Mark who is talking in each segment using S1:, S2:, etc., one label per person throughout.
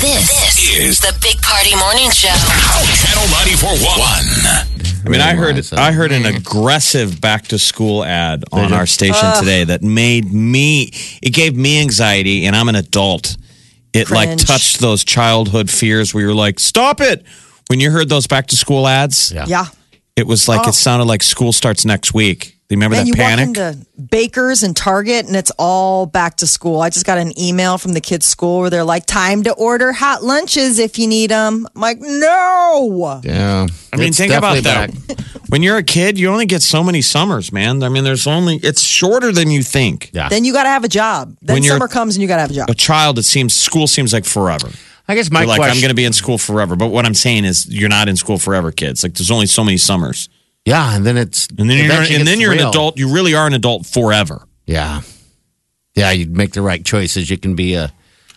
S1: This is the Big Party Morning Show.
S2: Channel 941.
S3: I mean, I heard
S4: lines up.
S3: I heard an aggressive back to school ad on our station today that made me. It gave me anxiety, and I'm an adult. It like
S5: Cringe.
S3: touched those childhood fears where you're like, "Stop it!" When you heard those back to school ads,
S4: Yeah.
S5: Yeah.
S3: it was like it sounded like school starts next week. Do you remember
S5: And
S3: that
S5: Oh. you
S3: panic?
S5: walk into Baker's and Target, and it's all back to school. I just got an email from the kids' school where they're like, "Time to order hot lunches if you need them." I'm like, no.
S4: Yeah.
S3: I mean,
S4: It's
S3: think about
S4: definitely
S3: that.
S4: back.
S3: when you're a kid, you only get so many summers, man. I mean, there's only it's shorter than you think.
S4: Yeah.
S5: Then you got to have a job. Then
S3: When you're-
S5: summer comes and you got to have a job.
S3: A child, it seems school seems like forever.
S4: I guess my
S3: You're like,
S4: question.
S3: I'm going to be in school forever. But what I'm saying is, you're not in school forever, kids. Like, there's only so many summers,
S4: yeah, and then it's
S3: and then you're
S4: eventually
S3: and
S4: it's
S3: then you're an
S4: real.
S3: adult. You really are an adult forever.
S4: Yeah, yeah. You'd make the right choices. You can be a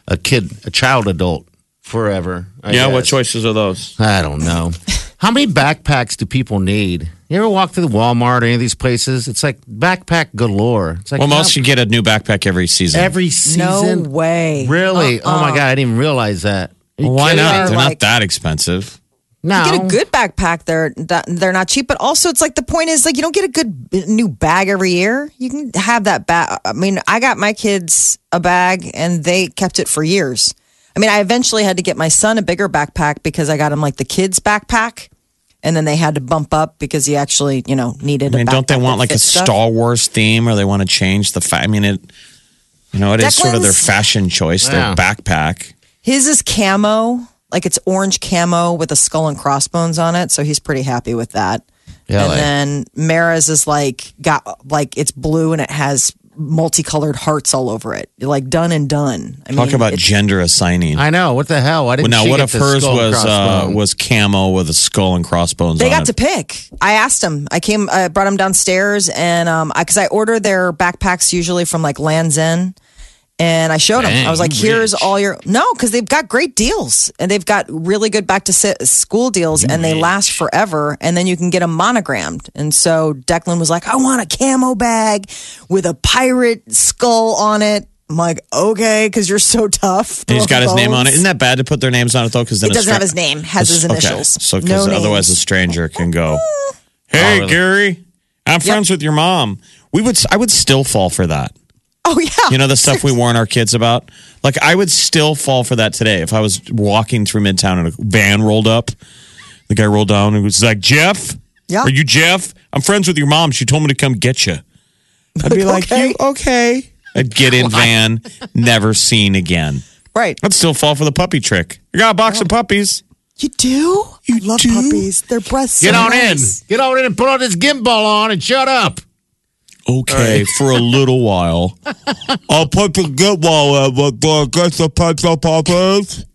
S4: a kid, a child, adult forever. I guess.
S3: choices are those?
S4: I don't know. How many backpacks do people need? You ever walk through the Walmart or any of these places? It's like backpack galore. It's like
S3: Well, most
S4: how-
S3: you get a new backpack every season.
S4: every
S5: No
S4: season.
S5: way.
S4: Really? Oh my god, I didn't even realize that. Are you
S3: Why
S4: kidding
S3: not?
S5: are
S3: They're
S5: like-
S3: not that expensive.
S4: me? No.
S5: You get a good backpack. They're they're not cheap, but also it's like the point is like you don't get a good new bag every year. You can have that bag. I mean, I got my kids a bag, and they kept it for years. I mean, I eventually had to get my son a bigger backpack because I got him like the kids backpack, and then they had to bump up because he actually you know needed.
S3: I mean,
S5: a
S3: don't they want
S5: backpack that
S3: like a
S5: fits stuff.
S3: Star Wars theme, or they want to change the? Fa- I mean, it. You know, it is sort of their
S5: Declan's-
S3: fashion choice.
S4: Wow.
S3: Their backpack.
S5: His is camo, like it's orange camo with a skull and crossbones on it. So he's pretty happy with that.
S4: Yeah,
S5: and
S4: like-
S5: then Mara's is like got like it's blue and it has multicolored hearts all over it. Like done and done. I
S3: Talk
S5: mean,
S3: about
S5: it's-
S3: gender assigning.
S4: I know. What the hell? Why
S3: Well,
S4: didn't
S3: now,
S4: she
S3: what
S4: get
S3: if
S4: the
S3: hers
S4: skull and
S3: was uh,
S4: crossbones?
S3: was camo with a skull and crossbones?
S5: They
S3: on
S5: got
S3: it?
S5: to pick. I asked him. I came, I brought him downstairs, and um, I because I order their backpacks usually from like Lands End, and I showed him.
S4: Dang,
S5: I was like,
S4: you
S5: "Here's
S4: rich.
S5: all your no," because they've got great deals, and they've got really good back to si- school deals, and they last forever. And then you can get them monogrammed. And so Declan was like, "I want a camo bag with a pirate skull on it." I'm like, "Okay," because you're so tough.
S3: And he's got his name on it. Isn't that bad to put their names on it though? Because then
S5: It
S3: a
S5: doesn't
S3: stra-
S5: have his name. Has his
S3: Okay.
S5: initials.
S3: So,
S5: No
S3: because
S5: names.
S3: otherwise a stranger can go, "Hey,
S4: Oh, really?
S3: Gary, I'm friends with your mom." We would, I would still fall for that.
S5: Oh yeah.
S3: You know the stuff we warn our kids about. Like I would still fall for that today if I was walking through Midtown and a van rolled up. The guy rolled down and was like, "Jeff,
S5: Yeah.
S3: are you Jeff? I'm friends with your mom. She told me to come get you." I'd be like, "You okay?" I'd get in van, never seen again.
S5: Right.
S3: I'd still fall for the puppy trick. You got a box of puppies.
S5: You do? You love puppies. Their breasts.
S4: Get on in. Get on in and put on this gimbal on and shut up.
S3: Okay, for a little while. I'll put the good wall in with the uh, get the pencil poppers.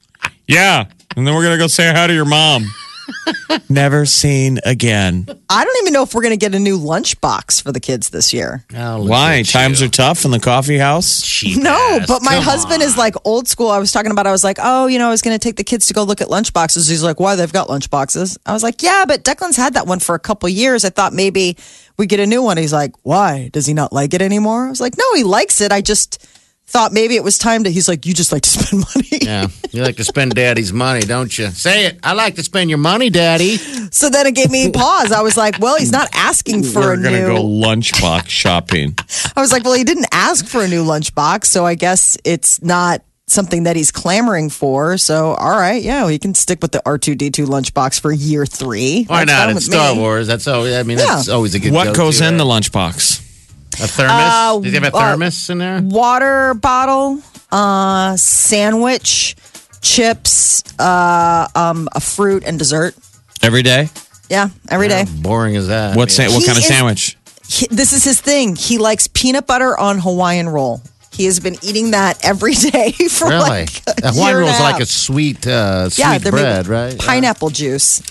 S3: Yeah. And then we're gonna go say hi to your mom. Never seen again.
S5: I don't even know if we're going to get a new lunchbox for the kids this year.
S4: Oh,
S3: Why? Times are tough in the coffee house.
S4: cheap.
S5: No,
S4: ass.
S5: Oh, but my
S4: Come
S5: husband is like old school. I was talking about, I was like, oh, you know, I was going to take the kids to go look at lunchboxes. He's like, why? They've got lunchboxes. I was like, yeah, but Declan's had that one for a couple years. I thought maybe we get a new one. He's like, why? Does he not like it anymore? I was like, no, he likes it. I just thought maybe it was time to, he's like, you just like to spend money.
S4: Yeah, you like to spend daddy's money, don't you? Say it. I like to spend your money, daddy.
S5: So then it gave me pause. I was like, well, he's not asking for
S3: We're
S5: a
S3: gonna
S5: new.
S3: go lunchbox shopping.
S5: I was like, well, he didn't ask for a new lunchbox, so I guess it's not something that he's clamoring for. So, all right, yeah, he can stick with the R two D two lunchbox for year three.
S4: Why
S5: That's fine
S4: not?
S5: with
S4: It's Star
S5: me.
S4: Wars. That's always. I mean,
S5: Yeah.
S4: that's always a good.
S3: What
S4: go-to,
S3: goes in the
S4: right?
S3: lunchbox?
S4: a thermos?
S5: Uh,
S4: Does he have a
S5: uh,
S4: thermos in there?
S5: Water bottle, uh, sandwich, chips, uh, um, a fruit, and dessert.
S3: Every day?
S5: Yeah, every day.
S4: How Oh, boring is that?
S3: What sa- what
S5: He
S3: kind of
S5: is-
S3: sandwich?
S5: He- this is his thing. He likes peanut butter on Hawaiian roll. He has been eating that every day for
S4: Really?
S5: like a
S4: Hawaiian
S5: year and
S4: rolls
S5: a
S4: like a
S5: half.
S4: sweet, uh, sweet
S5: yeah, they're made
S4: bread,
S5: with
S4: right? Uh,
S5: Pineapple juice,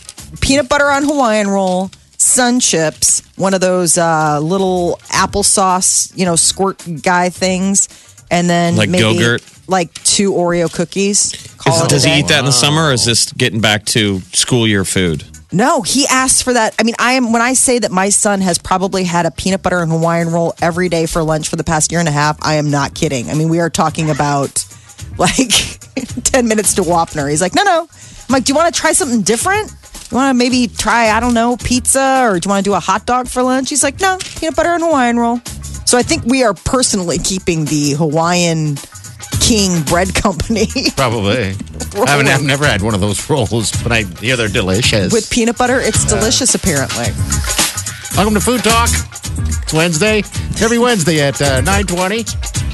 S5: peanut butter on Hawaiian roll, sun chips, one of those uh, little applesauce, you know, squirt guy things, and then
S3: Like
S5: maybe
S3: Go-Gurt?
S5: like two Oreo cookies. Call it a
S3: Does
S5: day.
S3: he eat that in the summer or is this getting back to school year food?
S5: No, he asked for that. I mean, I am when I say that my son has probably had a peanut butter and Hawaiian roll every day for lunch for the past year and a half. I am not kidding. I mean, we are talking about like ten minutes to Wapner. He's like, no, no. I'm like, do you want to try something different? You want to maybe try I don't know pizza or do you want to do a hot dog for lunch? He's like, no, peanut butter and Hawaiian roll. So I think we are personally keeping the Hawaiian King Bread Company
S4: Probably. I haven't, I've never had one of those rolls, but I hear they're delicious.
S5: with peanut butter. It's delicious, apparently.
S4: Welcome to Food Talk. It's Wednesday. Every Wednesday at uh, 920.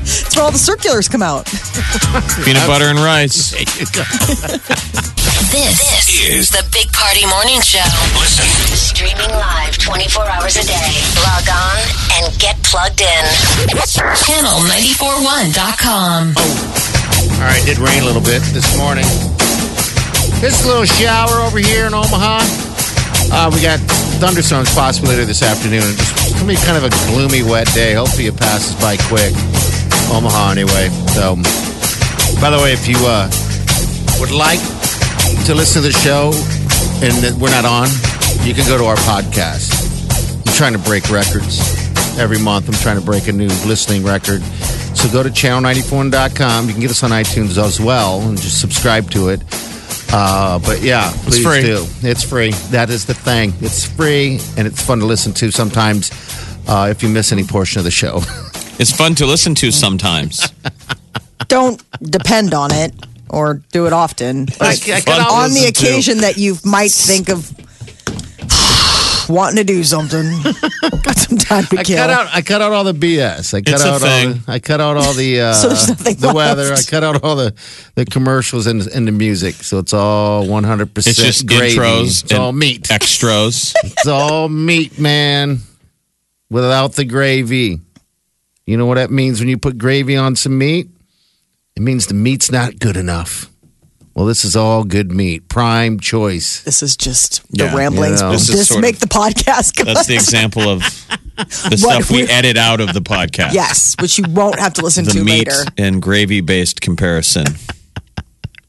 S5: It's where all the circulars come out.
S3: Peanut butter and rice.
S1: This, is the Big Party Morning Show.
S2: Listen.
S1: Streaming live 24 hours a day. Log on and get plugged in. Channel941.com.
S4: All right, it did rain a little bit this morning. This little shower over here in Omaha. Uh, we got thunderstorms possibly later this afternoon. It's going to be kind of a gloomy, wet day. Hopefully it passes by quick. Omaha, anyway. So, by the way, if you uh, would like to listen to the show and that we're not on, you can go to our podcast. I'm trying to break records every month. I'm trying to break a new listening record. So go to channel94.com. You can get us on iTunes as well and just subscribe to it. Uh, but yeah, please
S3: free.
S4: do. It's free. That is the thing. It's free and it's fun to listen to sometimes uh, if you miss any portion of the show.
S3: It's fun to listen to sometimes.
S5: don't depend on it or do it often.
S4: I-
S5: But
S4: I could
S5: on
S4: almost-
S5: the occasion that you might think of wanting to do something, got some time to
S4: I
S5: kill.
S4: cut out. I cut out all the BS. I cut
S3: It's a
S4: out all.
S3: thing.
S4: The, I cut out all the. Uh,
S5: So there's nothing
S4: the
S5: left.
S4: weather. I cut out all the the commercials and, and the music. So it's all 100 percent.
S3: It's just
S4: gravy.
S3: intros.
S4: It's all
S3: and
S4: meat.
S3: Extras.
S4: It's all meat, man. Without the gravy, you know what that means when you put gravy on some meat. It means the meat's not good enough. Well, this is all good meat, prime choice.
S5: This is just the
S3: Yeah.
S5: ramblings.
S4: Yeah.
S5: This,
S3: This is sort
S5: make
S3: of-
S5: the podcast. come
S3: That's the
S5: out.
S3: example of the stuff we edit out of the podcast.
S5: yes, which you won't have to listen
S3: the
S5: to
S3: meat
S5: later.
S3: and gravy based comparison.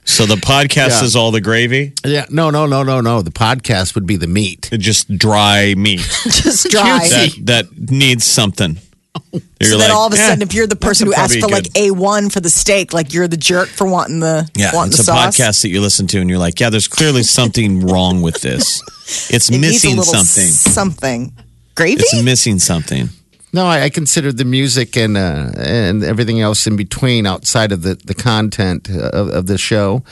S3: So the podcast
S4: Yeah.
S3: is all the gravy,
S4: Yeah, no, no, no, no, no. The podcast would be the meat.
S3: just dry meat
S5: Just dry.
S3: that that needs something. You're
S5: so
S3: like,
S5: then all of a
S3: "Eh,
S5: sudden, if you're the person who
S3: could
S5: asked for
S3: probably
S5: like a one for the steak, like you're the jerk for wanting the
S3: yeah,
S5: wanting
S3: it's
S5: the
S3: a
S5: sauce.
S3: podcast that you listen to and you're like, yeah, there's clearly something wrong with this. It's
S5: It needs a
S3: missing
S5: little
S3: something.
S5: Something gravy.
S3: It's missing something.
S4: No, I, I considered the music and uh, and everything else in between outside of the the content of, of the show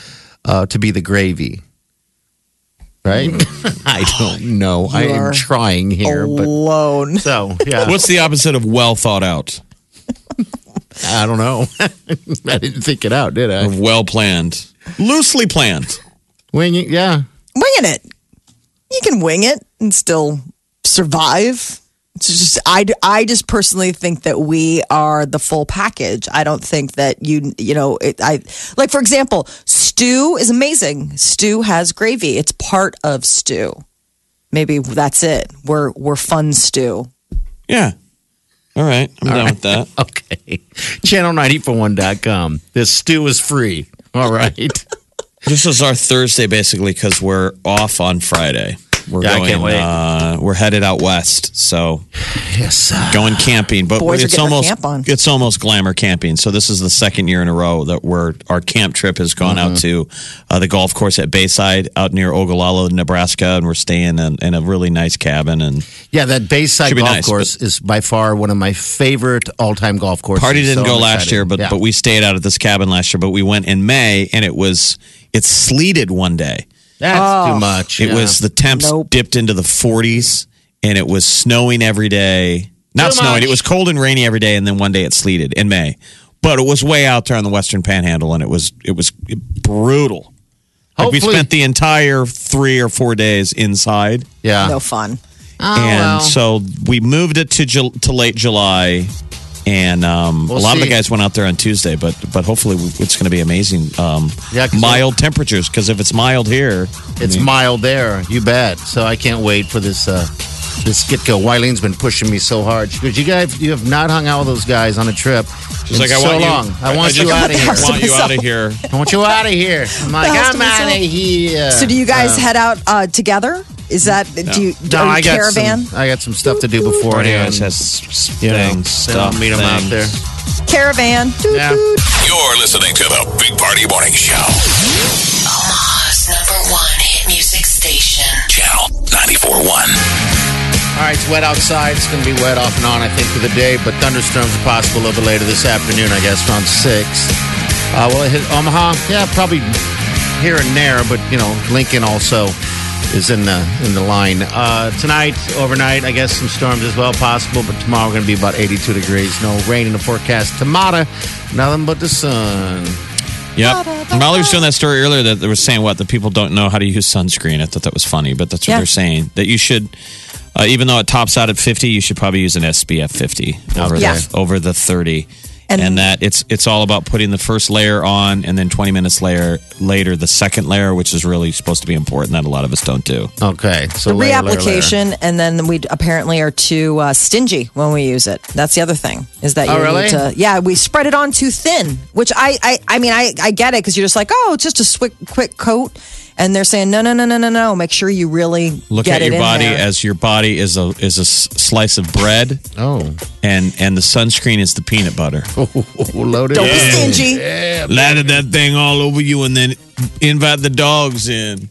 S4: uh, to be the gravy. Right? I don't know. I am
S5: are
S4: trying here, but
S5: alone.
S4: so yeah,
S3: What's the opposite of well thought out?
S4: I don't know. I didn't think it out, did I?
S3: Of well planned? Loosely planned.
S4: When you, yeah,
S5: winging it. You can wing it and still survive. It's just I, I just personally think that we are the full package. I don't think that you you know it, I like for example, stew is amazing. Stew has gravy. It's part of stew. Maybe that's it. We're we're fun stew.
S3: Yeah. All right. I'm down with that.
S4: okay. Channel941.com. This stew is free. All right.
S3: This is our Thursday, basically, because we're off on Friday. We're
S4: Yeah, I
S3: going.
S4: can't wait.
S3: Uh, we're headed out west, so
S4: yes.
S3: going camping. But
S5: Boys are
S3: it's
S5: getting their
S3: almost
S5: camp on.
S3: it's almost glamour camping. So this is the second year in a row that we're our camp trip has gone out to uh, the golf course at Bayside, out near Ogallala, Nebraska, and we're staying in, in a really nice cabin and
S4: Yeah, that Bayside
S3: Should be
S4: golf
S3: nice,
S4: course is by far one of my favorite all-time golf courses.
S3: Party didn't
S4: so
S3: go
S4: I'm
S3: last
S4: excited.
S3: year, but
S4: Yeah.
S3: but we stayed out at this cabin last year. But we went in May, and it was it sleeted one day.
S4: that's
S5: Oh,
S4: too much.
S3: It
S4: yeah.
S3: was the temps
S5: Nope.
S3: dipped into the 40s, and it was snowing every day. Not
S4: Too
S3: snowing.
S4: much.
S3: It was cold and rainy every day, and then one day it sleeted in May. But it was way out there on the Western Panhandle, and it was it was brutal. Like we
S4: Hopefully-
S3: spent the entire three or four days inside
S4: yeah.
S5: No fun.
S4: Oh,
S3: and
S4: well.
S3: so we moved it to Ju- to late July And um,
S4: We'll
S3: a lot of
S4: see.
S3: the guys went out there on Tuesday, but but hopefully it's going to be amazing. Um,
S4: Yeah, 'cause
S3: mild temperatures because if it's mild here,
S4: It's
S5: Mm-hmm.
S4: mild there, you bet. So I can't wait for this uh, this get go. Wylene's been pushing me so hard. She goes, "You guys, you have not hung out with those guys on a trip
S3: She's
S4: in
S3: like, I
S4: so
S3: want
S4: long.
S3: you.
S4: I want
S3: just
S4: you out of here.
S5: house
S3: want
S5: to
S3: you out of
S5: myself.
S3: here.
S4: I want you out of here." I'm like,
S5: The house
S4: "I'm out of
S5: to myself.
S4: here."
S5: So do you guys head out uh, together? Is that do you
S4: No, I
S5: are you
S4: got
S5: caravan?
S4: Some, I got some stuff to do before
S3: Party
S4: and,
S3: always has s-
S4: you know,
S3: things,
S4: and I'll
S3: stuff,
S4: meet them out
S3: things.
S4: there.
S5: Caravan. Doot,
S4: Yeah.
S5: doot.
S2: You're listening to the Big Party Morning Show.
S1: Omaha's number one hit music station.
S2: Channel 94.1.
S4: All right, it's wet outside. It's going to be wet off and on, I think, for the day, but thunderstorms are possible a little bit later this afternoon, I guess, around 6. Uh, will it hit Omaha? Yeah, probably here and there, but, you know, Lincoln also is in the in the line. Uh, tonight, overnight, I guess some storms as well possible, but tomorrow going to be about 82 degrees. No rain in the forecast. Tomorrow, nothing but the sun.
S3: Yep. Molly was doing that story earlier that they were saying what the people don't know how to use sunscreen. I thought that was funny, but that's what
S5: Yeah.
S3: they're saying that you should, uh, even though it tops out at fifty, you should probably use an SPF fifty over
S5: Yeah.
S3: the over the thirty.
S5: And-
S3: And, that it's it's all about putting the first layer on, and then twenty minutes later later the second layer, which is really supposed to be important that a lot of us don't do.
S4: Okay, so
S5: The
S4: later, later, later.
S5: reapplication, and then we apparently are too uh, stingy when we use it. That's the other thing is that you
S4: Oh, really?
S5: need to. Yeah, we spread it on too thin, which I I, I mean I I get it because you're just like oh it's just a swick, quick coat, and they're saying no no no no no no make sure you really
S3: Look
S5: get
S3: at
S5: it
S3: your
S5: in
S3: body
S5: there.
S3: as your body is a is a s- slice of bread,
S4: Oh,
S3: and and the sunscreen is the peanut butter.
S4: loaded.
S5: don't be stingy.
S3: Lather that thing all over you, and then invite the dogs in.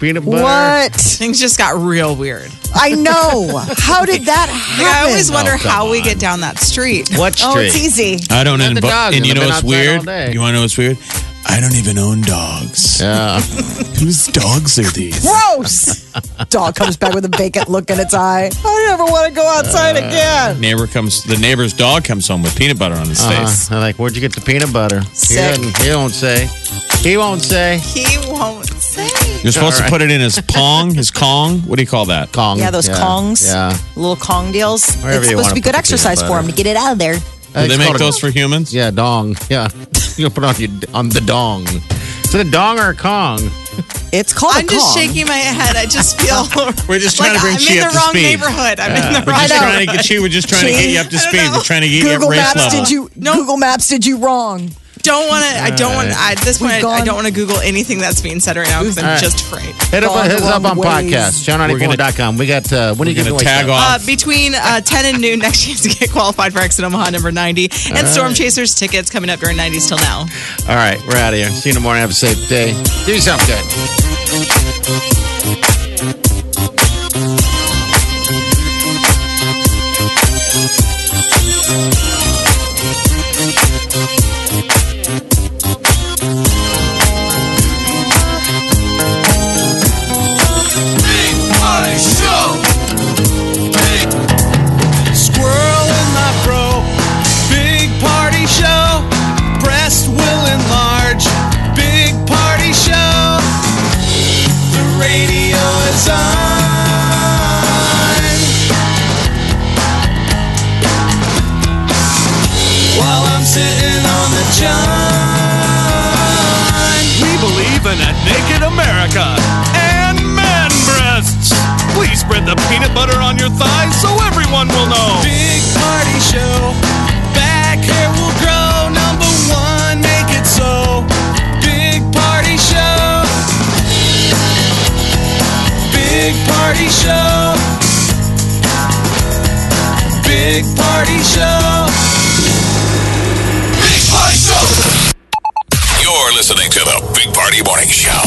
S4: Peanut butter.
S5: What
S6: Things just got real weird.
S5: I know. How did that
S6: Like, I
S5: happen?
S6: always wonder
S3: Oh, come
S6: how we
S3: on.
S6: get down that street.
S4: What
S5: oh,
S4: street?
S5: it's easy.
S3: I don't
S4: Not the dogs,
S3: invite. And
S4: and
S3: you
S4: they've
S3: know
S4: been
S3: what's
S4: outside
S3: weird?
S4: all day.
S3: You want to know what's weird? I don't even own dogs.
S4: Yeah.
S3: Whose dogs are these?
S5: Gross. Dog comes back with a vacant look in its eye. I never want to go outside
S3: Uh.
S5: again.
S3: Neighbor comes. The neighbor's dog comes home with peanut butter on his face.
S4: Uh, like, where'd you get the peanut butter? He,
S5: Sick.
S4: doesn't- he won't say. He won't say.
S6: He won't say.
S3: You're supposed
S4: All Uh,
S3: to put it in his pong, his kong. What do you call that?
S4: Kong.
S5: Yeah, those kongs,
S4: Yeah.
S5: little kong deals.
S4: Wherever
S5: it's
S4: you
S5: supposed
S4: wanna
S5: to be
S4: put
S5: good
S4: the
S5: exercise
S4: peanut
S5: for him to get it out of there.
S3: Do they
S4: Uh, It's
S3: make
S4: called a-
S3: those for humans?
S4: Yeah, dong. Yeah. you put it on your on the dong. Is it a dong or a Kong?
S5: It's called a
S6: I'm just
S5: kong.
S6: shaking my head. I just feel.
S3: We're just trying
S6: like
S3: to bring
S6: I'm
S3: she
S6: in
S3: up
S6: the
S3: to
S6: wrong
S3: speed.
S6: neighborhood. I'm in the
S3: We're
S6: wrong.
S3: just trying to get you. We're just trying to get you up to speed. We're trying to get you
S5: Google
S3: at race
S5: Maps
S3: level.
S5: did you Google Maps did you wrong?
S6: Don't want to. I don't want. I- At this point, I, I
S5: gone-
S6: don't want to Google anything that's being said right now because I'm
S4: right.
S6: just afraid.
S4: Hit up,
S5: Dong
S4: hit us up on
S5: along the ways.
S4: podcast. Channel94.com. We got, uh, when are
S3: We're
S4: you giving
S3: gonna
S4: away
S3: tag
S4: stuff?
S6: Uh,
S3: off.
S6: between uh, 10 and noon next, you have to get qualified for Exit Omaha number 90 and Storm Chasers tickets coming up during 90s till now.
S4: All right, we're out of here. See you in the morning. Have a safe day. Do yourself good.
S7: Squirrel in my fro. Big party show. Breast will enlarge. Big party show. The radio is on. While I'm sitting on the john. We believe in a naked America and man breasts. Please spread the peanut butter on your thighs so everyone will know. Big party show. Back hair will grow. Number one, make it so. Big party show. Big party show. Big party show. Big party show.
S2: You're listening to the Big Party Morning Show.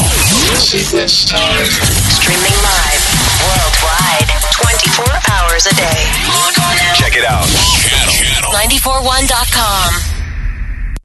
S1: Streaming live worldwide 24 hours a day. Log on now.
S2: Check it out. Channel, channel
S1: Ninety four one dot